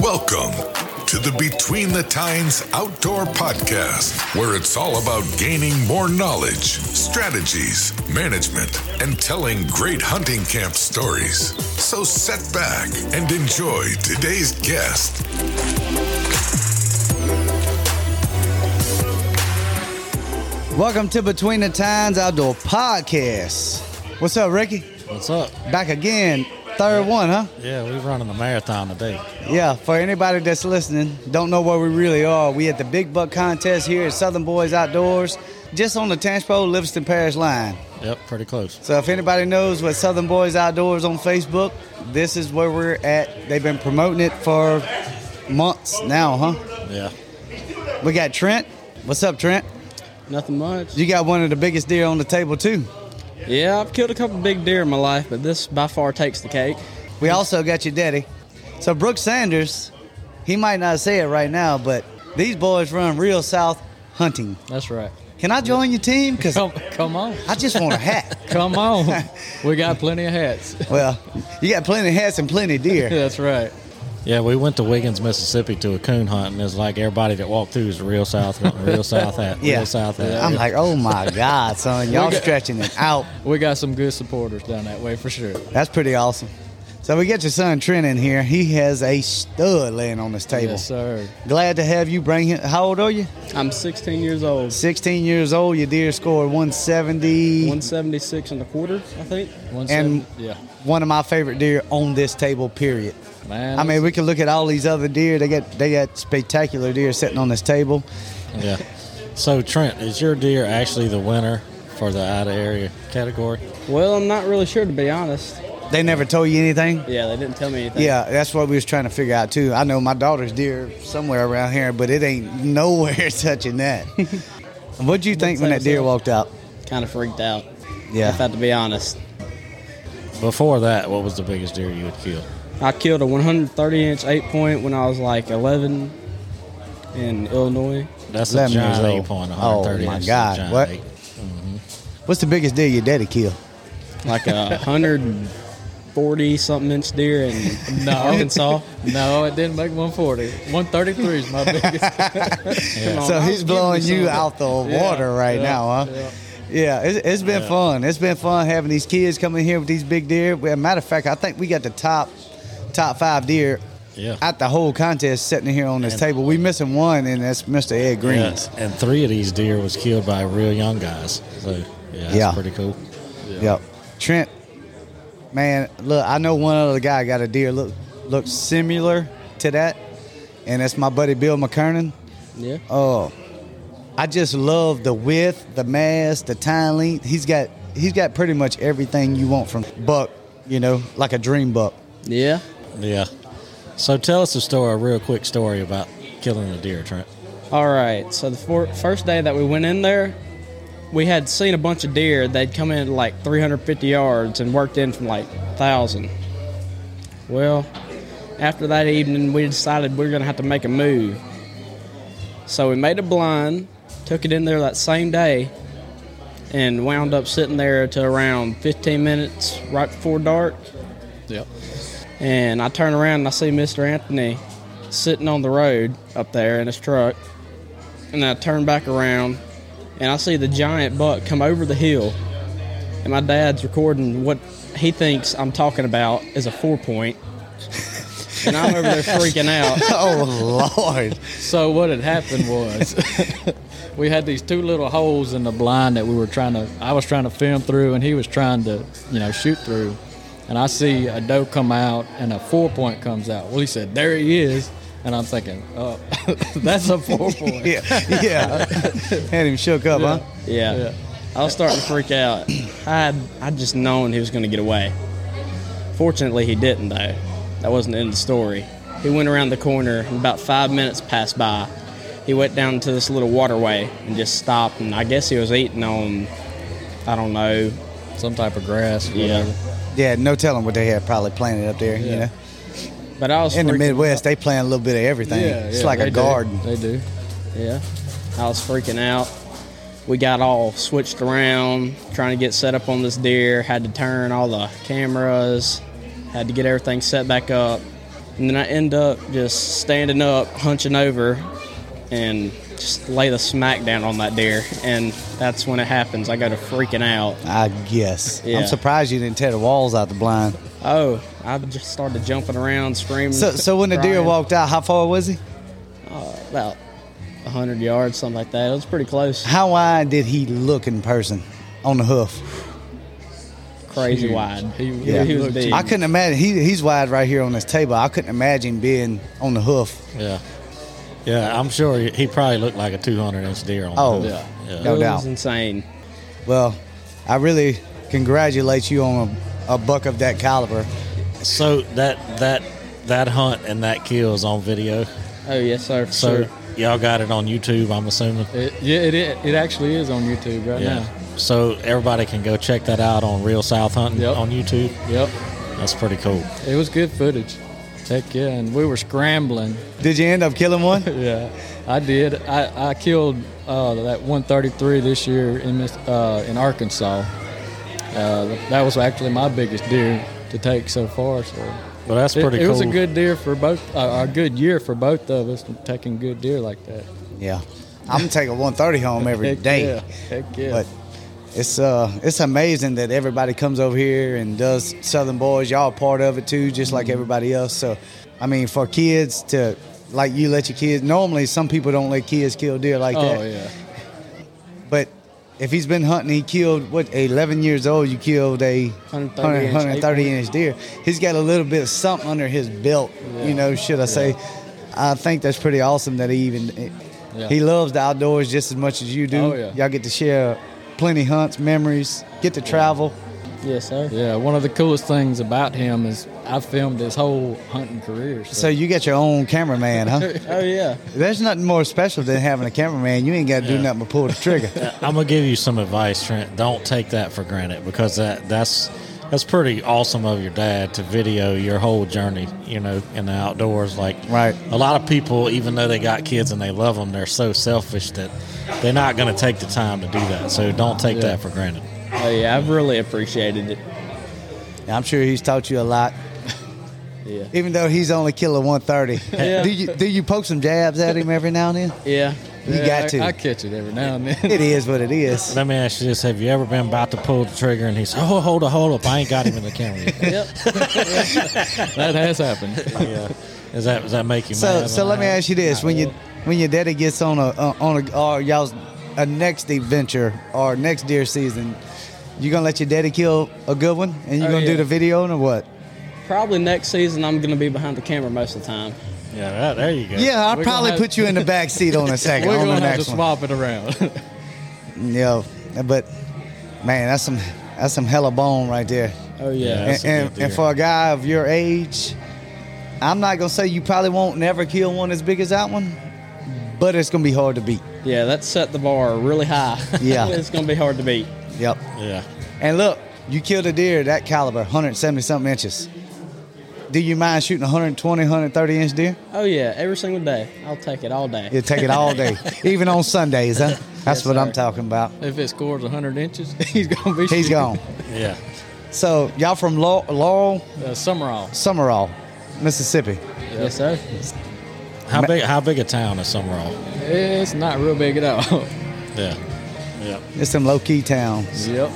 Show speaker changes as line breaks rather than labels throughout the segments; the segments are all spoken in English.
Welcome to the Between the Tines Outdoor Podcast, where it's all about gaining more knowledge, strategies, management, and telling great hunting camp stories. So set back and enjoy today's guest.
Welcome to Between the Tines Outdoor Podcast. What's up, Ricky?
What's up?
Back again, third one, huh?
Yeah, we're running the marathon today.
Yeah, for anybody that's listening, don't know where we really are. We at the Big Buck Contest here at Southern Boys Outdoors, just on the Tanchpo Livingston Parish line.
Yep, pretty close.
So if anybody knows what Southern Boys Outdoors on Facebook, this is where we're at. They've been promoting it for months now, huh?
Yeah.
We got Trent. What's up, Trent?
Nothing much.
You got one of the biggest deer on the table too.
Yeah, I've killed a couple big deer in my life, but this by far takes the cake.
We also got your daddy. So Brooke Sanders, he might not say it right now, but these boys run real south hunting.
That's right.
Can I join your team? Cause
Come, come on.
I just want a hat.
Come on. we got plenty of hats.
Well, you got plenty of hats and plenty of deer.
That's right.
Yeah, we went to Wiggins, Mississippi to a coon hunt, and it's like everybody that walked through is real south, hunting, real south hat,
Yeah.
real south hat.
I'm like, oh my God, son, y'all
got-
stretching it out.
We got some good supporters down that way for sure.
That's pretty awesome. So we got your son Trent in here. He has a stud laying on this table.
Yes, sir.
Glad to have you bring him. How old are you?
I'm 16 years old.
16 years old. Your deer scored 170.
176 and a quarter, I think.
and
yeah,
one of my favorite deer on this table. Period.
man.
I mean, we can look at all these other deer. They got they got spectacular deer sitting on this table.
Yeah. So Trent, is your deer actually the winner for the out of area category?
well, I'm not really sure to be honest.
They never told you anything.
Yeah, they didn't tell me anything.
Yeah, that's what we was trying to figure out too. I know my daughter's deer somewhere around here, but it ain't nowhere touching that. What'd you think when that deer walked out?
kind of freaked out. If I
Yeah,
had to be honest,
Before that, what was the biggest deer you would kill?
I killed a 130 inch eight point when I was like 11 in Illinois.
That's a
11 years
giant
old.
eight point,
Oh,
130
my
inches,
God,
giant
what?
ape.
what's the biggest deer your daddy killed?
like a hundred and forty something inch deer in Arkansas.
No, it didn't make 140. 133 is my biggest.
Come on,
So
I was
he's
giving
blowing you
some-
out the
Yeah,
water right
yeah,
now, huh?
yeah.
Yeah, it's, it's been fun. It's been fun having these kids coming here with these big deer. Well, matter of fact, I think we got the top top five deer
Yeah.
at the whole contest sitting here on this
And-
table. We missing one, and that's Mr. Ed Greens.
Yes. And three of these deer was killed by real young guys. So yeah, that's
Yeah.
pretty cool.
Yep. Trent, man, look, I know one other guy got a deer look looks similar to that, and that's my buddy Bill McKernan.
Yeah,
Oh, I just love the width, the mass, the time length. He's got he's got pretty much everything you want from buck. You know, like a dream buck.
yeah.
Yeah. So tell us a story, a real quick story about killing a deer, Trent.
All right. So the four, first day that we went in there, we had seen a bunch of deer. They'd come in like 350 yards and worked in from like thousand. Well, after that evening, we decided we were gonna have to make a move. So we made a blind, took it in there that same day, and wound up sitting there to around 15 minutes right before dark.
yep.
And I turn around and I see Mr. Anthony sitting on the road up there in his truck. And I turn back around and I see the giant buck come over the hill. And my dad's recording what he thinks I'm talking about is a four point. and I'm over there freaking out.
Oh Lord!
So what had happened was we had these two little holes in the blind that we were trying to I was trying to film through and he was trying to, you know, shoot through. And I see a doe come out and a four point comes out. Well he said, There he is and I'm thinking, Oh that's a four point.
Yeah, yeah. Had him shook up, huh?
Yeah.
Yeah.
I was starting to freak out. I had, I just known he was going to get away. Fortunately, he didn't, though. That wasn't the end of the story. He went around the corner, and about five minutes passed by. He went down to this little waterway and just stopped, and I guess he was eating on, I don't know.
Some type of grass, or
Yeah.
whatever.
Yeah, no telling what they had probably planted up there. You
Yeah.
know,
But I was
in the
freaking-
Midwest, they plant a little bit of everything. it's like
they
a
do.
garden.
They do.
Yeah. I was freaking out. We got all switched around, trying to get set up on this deer, had to turn all the cameras. Had to get everything set back up. And then I end up just standing up, hunching over, and just lay the smack down on that deer. And that's when it happens. I go to freaking out.
I guess.
Yeah.
I'm surprised you didn't tear the walls out the blind.
Oh, I just started jumping around, screaming.
So, so when the deer
crying.
walked out, how far was he?
about 100 yards, something like that. It was pretty close.
How wide did he look in person on the hoof?
Crazy
Huge.
wide.
He-
yeah. he was
looked
big.
I couldn't imagine. He, he's wide right here on this table. I couldn't imagine being on the hoof.
Yeah. Yeah, I'm sure he, he probably looked like a 200 inch deer on
Oh,
that. yeah.
no
it
doubt.
was insane.
Well, I really congratulate you on a, a buck of that caliber.
So that that that hunt and that kill is on video.
Oh, yes, sir. for
So
sure.
y'all got it on YouTube, I'm assuming.
It, yeah, it, it it actually is on YouTube right
Yeah. So everybody can go check that out on Real South Hunting
Yep.
on YouTube.
now. Yep,
That's pretty cool.
it was good footage. Heck yeah, and we were scrambling.
Did you end up killing one?
Yeah, I did. I, I killed uh, that 133 this year in Miss- uh, in Arkansas. Uh, that was actually my biggest deer to take so far. So
Well, that's
it,
pretty
it
cool.
was a good deer for both. Uh, a good year for both of us taking good deer like that.
yeah. I'm taking 130 home every
Heck
day.
yeah. Heck yeah.
But it's uh it's amazing that everybody comes over here and does Southern Boys. Y'all part of it too, just
Mm-hmm.
like everybody else. So, I mean, for kids to like you let your kids. Normally, some people don't let kids kill deer like that.
oh yeah.
But if he's been hunting, he killed what 11 years old. You killed a
130
100
inch
130
acorn.
inch deer. He's got a little bit of something under his belt. You know, should I say? I think that's pretty awesome that he even eh,
Yeah.
he loves the outdoors just as much as you do.
Oh, yeah.
Y'all get to share plenty hunts, memories, get to travel.
Yes, sir.
Yeah, one of the coolest things about him is I filmed his whole hunting career. So,
So you got your own cameraman, huh?
Oh, yeah.
There's nothing more special than having a cameraman. You ain't got to do nothing but pull the trigger.
I'm gonna give you some advice, Trent. Don't take that for granted because that that's that's pretty awesome of your dad to video your whole journey, you know, in the outdoors. Like,
Right.
A lot of people, even though they got kids and they love them, they're so selfish that they're not gonna take the time to do that. So don't take that for granted.
Oh, yeah. I've really appreciated it.
I'm sure he's taught you a lot.
Yeah.
Even though he's only killing 130.
Yeah.
Do you do you poke some jabs at him every now and then?
Yeah.
You
yeah,
got
I-
to.
I catch it every now and then.
It is what it is.
Let me ask you this: Have you ever been about to pull the trigger and he's, oh, hold up, hold up, I ain't got him in the camera yet.
Yep.
that has happened.
yeah. Does that does that make you
So
mad?
so let me ask you this: when you
Not
when your daddy gets on a uh, on a or y'all's a next adventure or next deer season, you gonna let your daddy kill a good one, and you
Oh,
gonna do
yeah.
the video or what?
Probably next season, I'm going to be behind the camera most of the time.
really? Yeah, right, there you go.
Yeah, I'll
We're gonna
probably
have-
put you in the back seat on a second
We're
on
gonna
the
have to
next one.
swap it around.
Yeah, but man, that's some that's some hella bone right there.
Oh, yeah.
Yeah. That's
And,
a good
and,
deer.
and for a guy of your age, I'm not gonna say you probably won't never kill one as big as that one, but it's gonna be hard to beat.
Yeah, that set the bar really high.
Yeah.
it's going to be hard to beat.
Yep.
Yeah.
And look, you killed a deer that caliber, 170 something inches. Do you mind shooting 120, 130 inch deer?
Oh, yeah. Every single day. I'll take it all day.
You'll take it all day, even on Sundays, huh? That's
Yes,
what I'm
sir.
talking about.
if it scores 100 inches, he's gonna be.
He's
shooting.
gone.
Yeah.
So y'all from Laurel, Laurel
Uh, Summerall.
Summerall, Mississippi.
Yes, sir.
How big? How big a town is Summerall?
It's not real big at all.
Yeah. Yeah.
It's some low key town.
yep.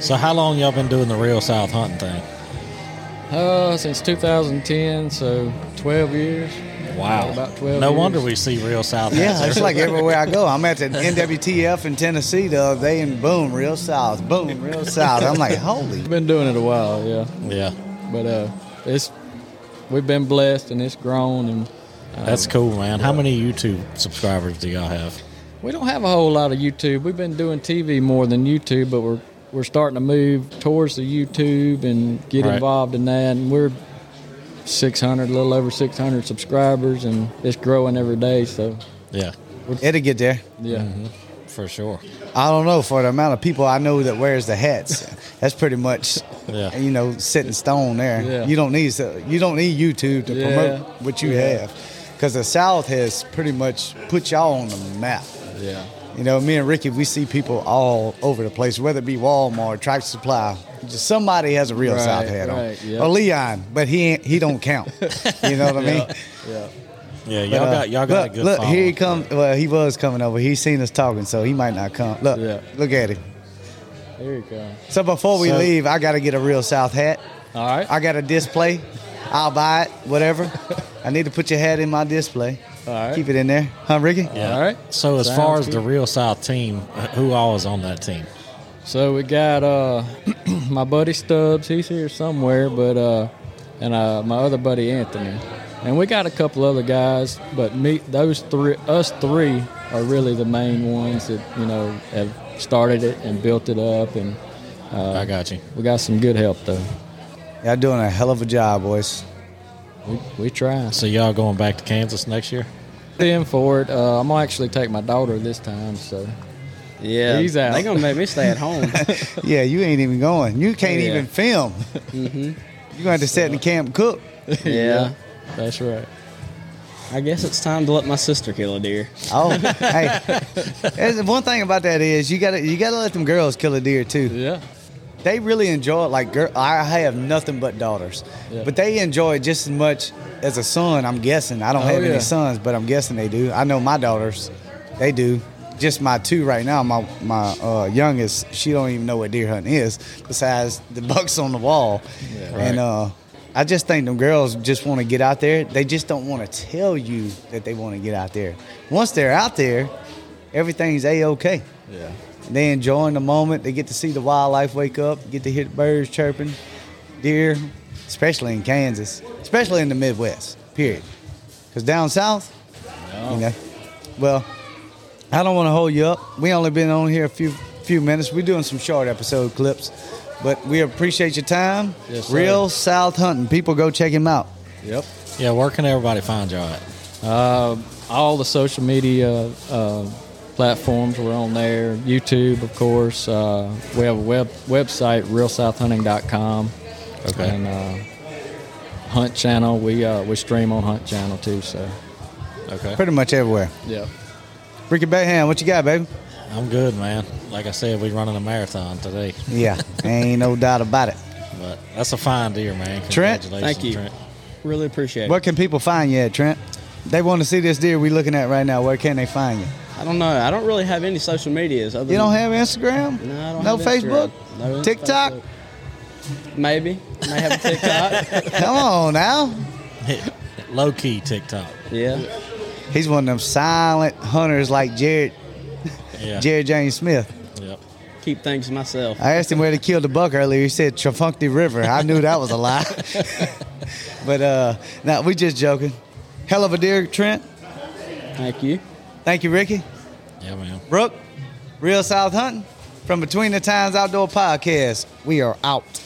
So how long y'all been doing the real South hunting thing?
Uh, since 2010, so 12 years.
Wow.
About 12
no
years.
wonder we see real South.
Yeah,
hunts
it's like everywhere I go. I'm at the NWTF in Tennessee the other day, and boom, real south, boom, real south. I'm like, holy.
Been doing it a while, yeah.
everywhere. Yeah.
But uh, it's we've been blessed and it's grown and
That's cool, man. How many YouTube subscribers do y'all have?
we don't have a whole lot of YouTube. We've been doing TV more than YouTube, but we're we're starting to move towards the YouTube and get
Right.
involved in that. And we're 600, a little over 600 subscribers, and it's growing every day. So
Yeah.
It'll get there.
yeah,
For sure.
I don't know for the amount of people I know that wears the hats. That's pretty much,
Yeah.
you know, set in stone there.
Yeah.
You don't need so- you don't need YouTube to
Yeah.
promote what you have, because the South has pretty much put y'all on the map.
yeah.
You know, me and Ricky, we see people all over the place, whether it be Walmart, Tractor Supply. Just somebody has a real
Right,
South hat on,
right, yeah.
or Leon, but he ain't, he don't count. you know what I mean?
Yeah.
Yeah, y'all
Uh,
got y'all got
look,
a good.
Look, here he
following.
comes. Well, he was coming over. He seen us talking, so he might not come. Look,
Yeah.
look at him.
There you go.
So before we
So-
leave, I got to get a real South hat.
All right.
I got a display. I'll buy it, whatever. I need to put your hat in my display.
All right.
Keep it in there, huh, Ricky?
Yeah.
All right.
So as far
Sounds
as the
good.
real South team, who all is on that team?
So we got uh, my buddy Stubbs. He's here somewhere, but uh, and uh, my other buddy Anthony, and we got a couple other guys. But me, those three, us three, are really the main ones that you know have started it and built it up, and
I got you.
we got some good help though.
Y'all doing a hell of a job, boys.
We, we try.
So y'all going back to Kansas next year?
In for it. Uh, I'm gonna actually take my daughter this time. So
Yeah,
He's out.
They gonna make me stay at home.
Yeah, you ain't even going. You can't
Yeah.
even film. You're going to have to sit in the camp and cook.
yeah,
that's right.
I guess it's time to let my sister kill a deer.
Oh, hey. That's the one thing about that is you got to you got to let them girls kill a deer, too.
Yeah.
they really enjoy it. Like, girl, I have nothing but daughters,
Yeah.
but they enjoy it just as much as a son. I'm guessing. I don't
Oh,
have
yeah.
any sons, but I'm guessing they do. I know my daughters, they do. Just my two right now. My my uh, youngest, she don't even know what deer hunting is. Besides the bucks on the wall, and uh, I just think them girls just want to get out there. They just don't want to tell you that they want to get out there. Once they're out there, everything's a okay.
Yeah.
They enjoying the moment. They get to see the wildlife wake up, get to hear the birds chirping, deer, especially in Kansas, especially in the Midwest, period. Because down south, you know, well, I don't want to hold you up. We only been on here a few few minutes. We're doing some short episode clips, but we appreciate your time.
Yes, sir.
Real South Hunting. People go check him out.
Yep.
Yeah, where can everybody find y'all at?
Uh, all the social media uh, platforms we're on there. YouTube, of course. Uh, we have a web website, realsouthhunting.com.
Okay.
And uh, Hunt Channel. We uh, we stream on Hunt Channel too. So.
Okay.
Pretty much everywhere.
Yep.
Ricky Bayham, what you got, baby?
I'm good, man. Like I said, we running a marathon today,
Yeah, ain't no doubt about it.
but that's a fine deer, man.
Trent?
Congratulations,
Thank you.
Trent.
Really appreciate it.
Where can people find you at, Trent? They want to see this deer we looking at right now. Where can they find you?
I don't know. I don't really have any social medias. Other
You don't
than
have Instagram?
No, I don't
No
have
Facebook?
Instagram. No
TikTok?
maybe. May have a TikTok.
Come on now.
Low key TikTok.
yeah.
He's one of them silent hunters like Jared
Yeah.
Jared James Smith.
Yep.
Keep things to myself.
I asked him where to kill the buck earlier. He said Trafunkty River. I knew that was a lie. but uh no, we just joking. Hell of a deer, Trent.
Thank you.
Thank you, Ricky.
Yeah, man.
Brooke, Real South Hunting from Between the Times Outdoor Podcast. We are out.